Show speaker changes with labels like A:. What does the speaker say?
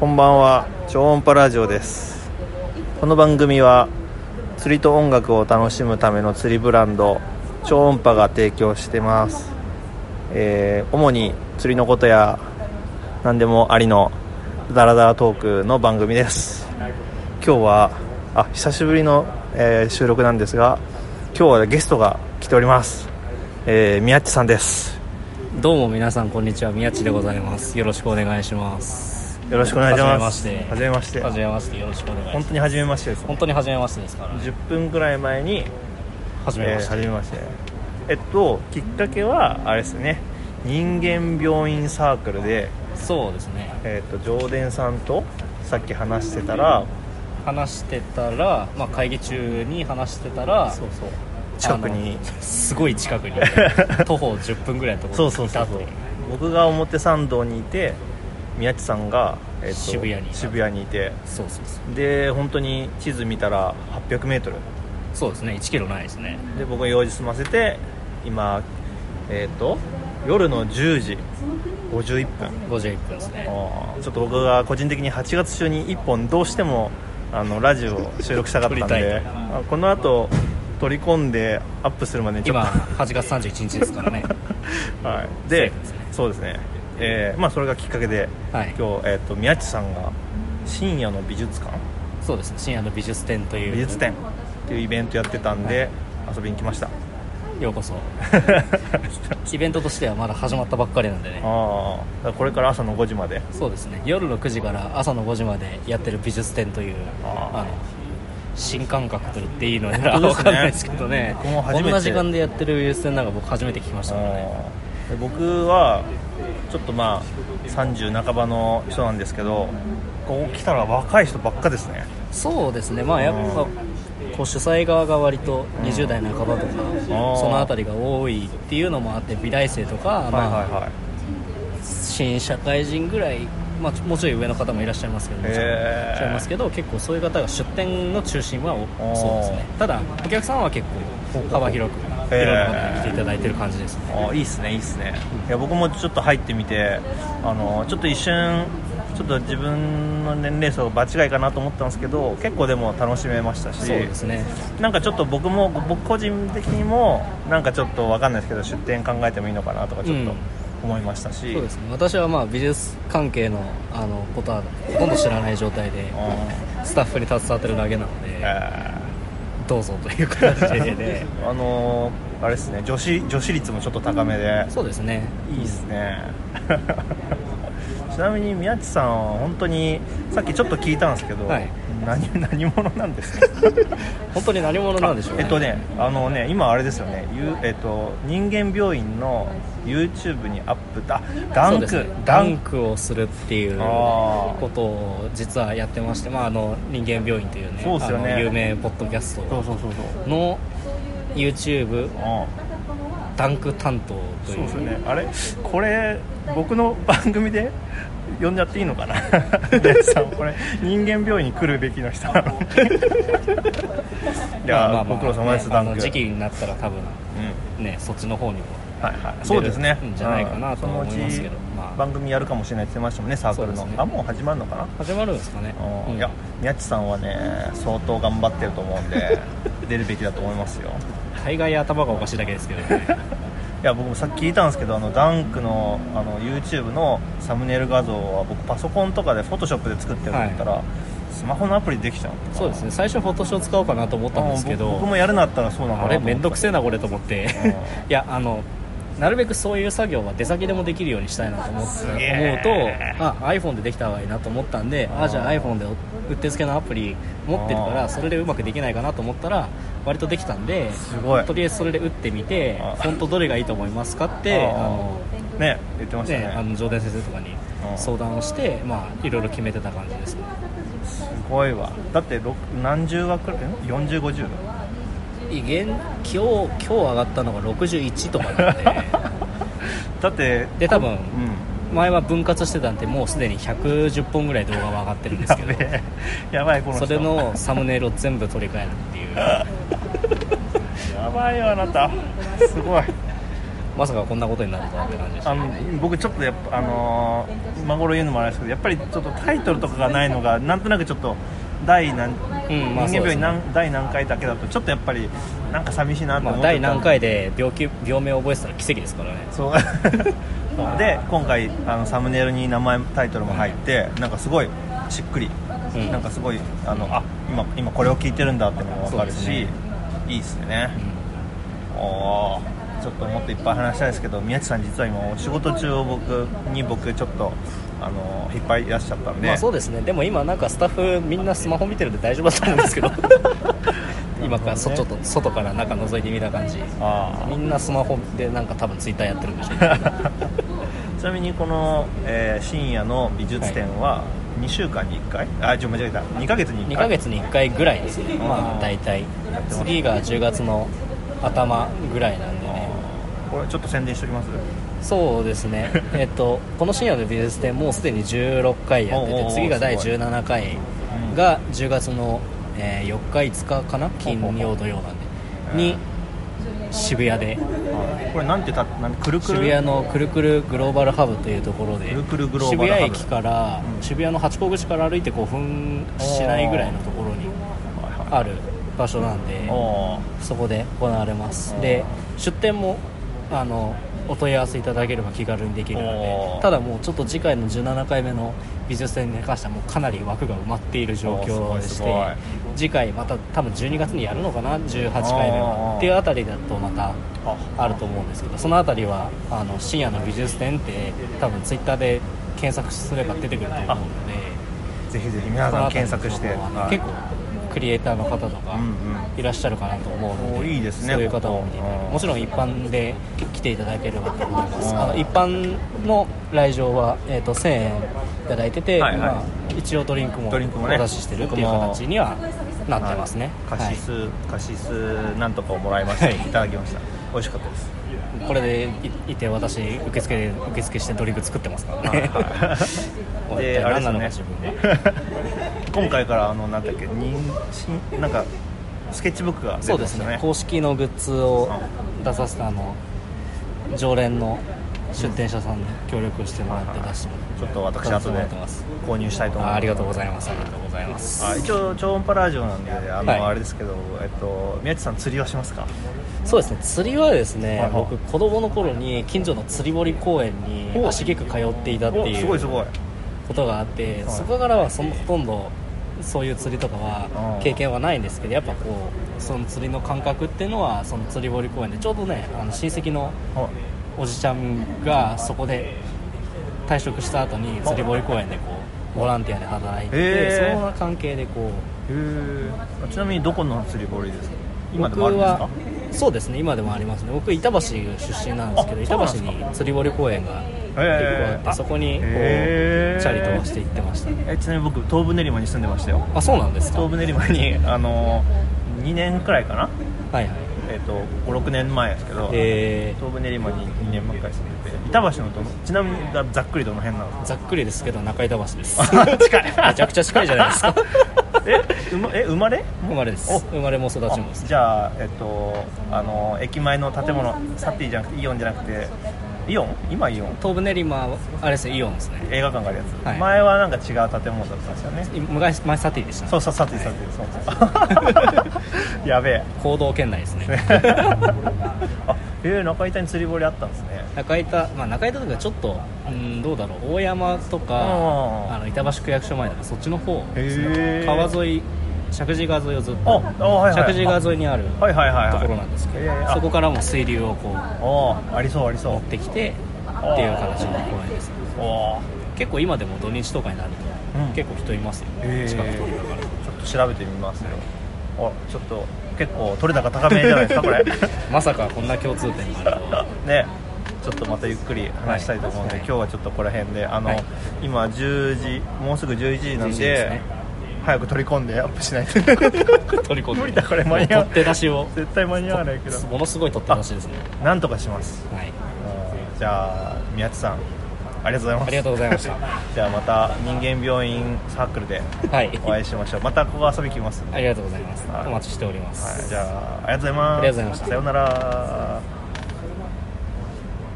A: こんばんは超音波ラジオですこの番組は釣りと音楽を楽しむための釣りブランド超音波が提供してます、えー主に釣りのことや何でもありのダラダラトークの番組です今日はあ久しぶりの、えー収録なんですが今日はゲストが来ております、えー、宮地さんです
B: どうも皆さんこんにちは宮地でございますよろしくお願いします
A: よろしくお願いします
B: はじめまして
A: はじめまして
B: はじめましてよろしくお願いしま
A: 本
B: す
A: 当に初めましてです
B: 本当にはじめましてですからね
A: 10分ぐらい前に
B: はじめまして、
A: えー初めましてえっときっかけはあれですね人間病院サークルで、
B: そうですね
A: えっと上田さんとさっき話してたら
B: 話してたら、まあ、会議中に話してたら
A: そうそう近くに
B: あのすごい 近くに徒歩10分ぐらいのところ
A: そう
B: にいた
A: そ
B: とい
A: そ
B: う
A: うそう僕が表参道にいて宮地さんが、えっと
B: 渋谷にいた
A: 渋谷にいて
B: そうそうそう
A: で本当に地図見たら 800m
B: そうですね1キロないですね
A: で僕が用事済ませて今えっ、と夜の10時51分
B: 51分ですね
A: ちょっと僕が個人的に8月中に1本どうしてもあのラジオを収録したかったん
B: 撮りた
A: で
B: いと
A: あこの後取り込んでアップするまでにちょ
B: 今
A: っ
B: 8月31日ですからね
A: と、 はい、
B: セー
A: で
B: フですね
A: そうですね、えーまあ、それがきっかけで、
B: はい
A: 今日、えー、と宮地さんが深夜の美術館
B: そうですね深夜の美術展という
A: 美術展っていうイベントやってたんで、遊びに来ました
B: よ うこそ
A: あ
B: イベントとしてはまだ始まったばっかりなんでね
A: あだからこれから朝の5時まで
B: そうですね夜の9時から朝の5時までやってる美術展という
A: あー
B: あの新感覚と言っていいのやら
A: 本当で
B: 分
A: すね
B: かんないですけどね
A: 僕も初めて
B: こんな時間でやってる美術展なんか僕初めて聞きましたからね
A: で僕はちょっとまあ30半ばの人なんですけどここ来たら若い人ばっかですね
B: そうですねまあやっぱ
A: うん
B: こう主催側が割と20代半ばとかその辺りが多いっていうのもあって美大生とか、
A: はい
B: ま
A: はい
B: あ、
A: はい
B: 新社会人ぐらい、まあ、ちょもうちょい上の方もいらっしゃいますけどもちろん
A: へー
B: いらっしゃいますけど結構そういう方が出店の中心はお
A: あー
B: そうですねただお客さんは結構幅広くいろんな
A: へー
B: 方に来ていただいてる感じですね
A: あいいっすねいいっすねいや僕もちょっと入ってみてあのちょっと一瞬ちょっと自分の年齢層が場違いかなと思ったんですけど結構でも楽しめましたし
B: そうですね
A: なんかちょっと僕も僕個人的にもなんかちょっとわかんないですけど出店考えてもいいのかなとかちょっと
B: うん
A: 思いましたし、
B: そうですね私はまあ美術関係のあのことはほとんど知らない状態で
A: うん
B: スタッフに携わってるだけなので
A: えー
B: どうぞという形で
A: あのー、あれですね女子女子率もちょっと高めで
B: そうですね
A: いいですね ちなみに宮地さんは本当にさっきちょっと聞いたんですけど、
B: はい
A: 何何者なんですか
B: 本当に 何者なんでしょう
A: え
B: ね
A: っとねあのね今あれですよね、ゆえっと、人間病院の YouTube にアップだダ
B: そう
A: ン
B: で
A: ク、
B: すね
A: ダ
B: ダ
A: ン
B: ン
A: ク
B: クをするっていう
A: あー
B: ことを実はやってまして、まあ、あの人間病院というね
A: そうっすよね
B: あの有名ポッドキャス
A: そう
B: ト
A: そうそうそう
B: の YouTube
A: あ
B: ダンク担当と
A: そう
B: い
A: で
B: う
A: すよねあれこれ僕の番組で呼んじゃっていいの かな宮地さんこれ人間病院に来るべきの人な のいや、
B: まあまあまあ
A: ご苦労様です、
B: ね
A: ダン
B: あの
A: ク
B: 時期になったら多分
A: うん
B: ねそっちの方にも
A: はいはい、そうですね
B: 出るんじゃないかなとは思いますけど
A: うんそのうち
B: まあ
A: 番組やるかもしれないって言ってましたもんねサークルの、
B: そうですね
A: あもう始まるのかな
B: 始まるんですかね
A: うん
B: うん
A: いや宮地さんはね相当頑張ってると思うん で出るべきだと思いますよ
B: 大概頭がおかしいだけですけど ね
A: いや僕もさっき聞いたんですけどあのダンクのあの YouTube のサムネイル画像は僕パソコンとかでフォトショップで作ってるんだったら、スマホのアプリできちゃうのかな
B: そうですね最初フォトショー使おうかなと思ったんですけ
A: あ
B: ど
A: 僕僕もやるなったらそうなの
B: あ
A: かな
B: れ
A: と思
B: 面
A: っ
B: 倒くせえなこれと思って
A: うん
B: いやあのなるべくそういう作業は出先でもできるようにしたいなと思って
A: げ
B: 思う
A: え
B: とあ iPhone でできた方がいいなと思ったんであじゃあ iPhone でうってつけのアプリ持ってるか
A: あー
B: らそれでうまくできないかなと思ったら割とできたんです
A: ごい
B: とりあえずそれで打ってみて
A: あー
B: フォントどれがいいと思いますかって
A: あー
B: あの、
A: ね言ってましたね
B: ね、あの上田先生とかに
A: うん
B: 相談をして、まあ、いろいろ決めてた感じですね
A: すごいわだってろく何十話くらい4050
B: い現今日今日上がったのが61とかなんで
A: だって
B: で多分
A: うん
B: 前は分割してたんでもうすでに110本ぐらい動画は上がってるんですけど
A: やべ えやばいこの人
B: それのサムネイルを全部取り替え るっていう
A: やばいよあなたすごい
B: まさかこんなことになるとはって感じでした
A: あの僕ちょっとやっぱあのー今頃言うのもあれですけどやっぱりちょっとタイトルとかがないのがなんとなくちょっと第何、
B: うんまあ
A: 人間病院
B: そう
A: 何第何回だけだとちょっとやっぱりなんか寂しいなって
B: ま
A: 思って
B: あ、
A: た
B: 第何回で病気病名を覚えてたら奇跡ですからね
A: そうそう で今回あのサムネイルに名前タイトルも入ってなんかすごいしっくり、
B: うん
A: なんかすごいあのあ今今これを聞いてるんだってのも分かる
B: そう
A: し、
B: ですね
A: いいっすね、おーちょっともっといっぱい話したいですけど宮地さん実は今お仕事中を僕に僕ちょっとあの引っ張り出しちゃったんで、
B: まあそうですねでも今なんかスタッフみんなスマホ見てるんで大丈夫だと思うんです けど今からそちょっと外から中覗いてみた感じ
A: あ
B: みんなスマホでなんか多分ツイッターやってるんでしょうね
A: ーちなみにこの、えー深夜の美術展は2週間に1回、あちょ間違えた2ヶ月に1回
B: 2ヶ月に1回ぐらいですねまあ大体次が10月の頭ぐらいなんでね
A: これちょっと宣伝しておきます
B: そうです ねえっとこの深夜の美術展もうすでに16回やって
A: おうおうお
B: て
A: う
B: 次が第
A: すごい
B: 17回が10月の、えー4日5日かな金曜土曜なんでに渋谷で
A: これなんてたなんくるくる
B: 渋谷のくるくるグローバルハブというところで
A: くるくるグローバ
B: 渋
A: ルハブ
B: 谷駅から、
A: うん
B: 渋谷の八甲口から歩いて5分しないぐらいのところにある場所なんで
A: おー
B: そこで行われます
A: おー
B: で出店もあのお問い合わせいただければ気軽にできるの
A: お
B: で
A: ー
B: ただもうちょっと次回の17回目の美術展に関してはもうかなり枠が埋まっている状況でし
A: おーすごい
B: て
A: す
B: 次回また多分12月にやるのかな18回目
A: お
B: は
A: ー
B: っていうあたりだとまた
A: あ
B: あると思うんですけどそのあたりはあの深夜の美術展って多分ツイッターで検索すれば出てくると思うので
A: ぜひぜひ皆
B: その
A: さん
B: あたりの
A: 検索して、
B: 情報はね
A: はい
B: 結構クリエイターの方とか
A: うんうん
B: いらっしゃるかなと思うの
A: お
B: で
A: いいですね
B: そういう
A: こ
B: 方
A: こ
B: も見ていただい
A: うん
B: てもちろん一般で来ていただければと思いま
A: う
B: す
A: ん
B: あの一般の来場は、えー、と1000円いただいてて、
A: はいはい
B: まあ一応ドリンクもお
A: ドリンクもね
B: 出ししてるっていう形にはなってますね、
A: カシス、カシスなんとかをもらいました、、
B: はいい
A: ただきました美味しかったです
B: これでいいて私受付で受付してドリンク作ってますからね、
A: はいで
B: 一体
A: あれ
B: 何
A: で
B: な
A: す
B: のか
A: ね
B: 自分は
A: 今回からあのなんだっけ妊娠なんかスケッチブックが出
B: そ
A: て
B: うで
A: まし
B: す
A: た
B: ね
A: ね
B: 公式のグッズを出させたあの常連の出店者さんに協力してもらって出してもらって
A: ちょっと私後で購入したいと思います
B: あありがとうございますありがとうございます
A: あ一応超音波ラジオなんであの、
B: はい
A: あれですけど、えっと、宮地さん釣りはしますか
B: そうですね釣りはですね、
A: はいはい
B: 僕子供の頃に近所の釣り堀公園に
A: お
B: 足げく通っていたって
A: お
B: い
A: す
B: う
A: ごいすごい
B: ことがあって、
A: はい
B: そこからはそのほとんどそういう釣りとかは
A: うん
B: 経験はないんですけどやっぱこうその釣りの感覚っていうのはその釣り堀公園でちょうどねあの親戚の
A: はい
B: おじちゃんがそこで退職した後に釣り堀公園でこうボランティアで働いてて
A: へー
B: その関係でこう
A: へーあちなみにどこの釣り堀ですか今でもあるん
B: 僕は
A: で
B: そうですね今でもありますね僕板橋出身なんですけど
A: あ
B: 板
A: そ
B: 橋
A: うなんです
B: に釣り堀公園が
A: す
B: 一個
A: か
B: あって
A: あ
B: そこにこうチ
A: へー
B: ャリ飛ばして行ってましたね
A: えちなみに僕東武練馬に住んでましたよ
B: あそうなんですか
A: 東
B: は
A: 武練馬にあの2年くらいかない
B: はい
A: えっ、と56年前ですけど、
B: えー
A: 東武練馬に2年前くらい住んでて板橋のどのちなみにざざっくりどの辺なの
B: ざっくりですけど中板橋 です
A: 近い
B: めちゃくちゃ近いじゃないですか
A: えうまえ生まれ
B: 生まれです
A: お
B: 生まれも育ちもです
A: じゃあえっ、とあの駅前の建物サティじゃなくてイオンじゃなくてイオン今イオン
B: 東武練馬はあれですねイオンですね
A: 映画館があるやつ、
B: はい
A: 前はなんか違う建物だったんですよね
B: い昔前サティでしたね
A: そうそうサティサティそうそう やべえ
B: 行動圏内ですね
A: あえー、中板に釣り堀あったんですね
B: 中板まあ中板とかちょっとうんどうだろう大山と
A: あ
B: か
A: ー
B: あの板橋区役所前とかそっちの方です
A: へ
B: ね
A: ー
B: 川沿い石神井川沿いをずっ
A: あ
B: と
A: あはいはい
B: 石神井川沿いにある
A: はいはいはいはい
B: ところなんですけ
A: いやいや
B: どそこからも水流をこう
A: おありそうありそう
B: 持ってきてっていう形の公園ですね
A: おお
B: 結構今でも土日とかになると、
A: うん
B: 結構人いますよ、
A: えー
B: 近く通りだから
A: ちょっと調べてみますよあちょっと結構取れ高高めじゃないですか これ
B: まさかこんな共通点があるとは
A: ねちょっとまたゆっくり話したいと思うので、
B: はい
A: 今日はちょっとこの辺であの、
B: はい
A: 今10時もうすぐ11時なん
B: 11
A: で
B: 時ですね
A: 早く取り込んでアップし ないと
B: 取り込んで
A: 無理だこれ間に合う
B: 取って出しを
A: 絶対間に合わないけど
B: ものすごい取って出しですね
A: なんとかします
B: はい
A: うんじゃあ宮地さんありがとうございます
B: ありがとうございました
A: じゃあまた人間病院サークルで
B: はい
A: お会いしましょうまたここ遊び来ますんで
B: ありがとうございます
A: はい
B: お待ちしておりま
A: はい、
B: す
A: じゃあありがとうございます
B: ありがとうございました
A: さようなら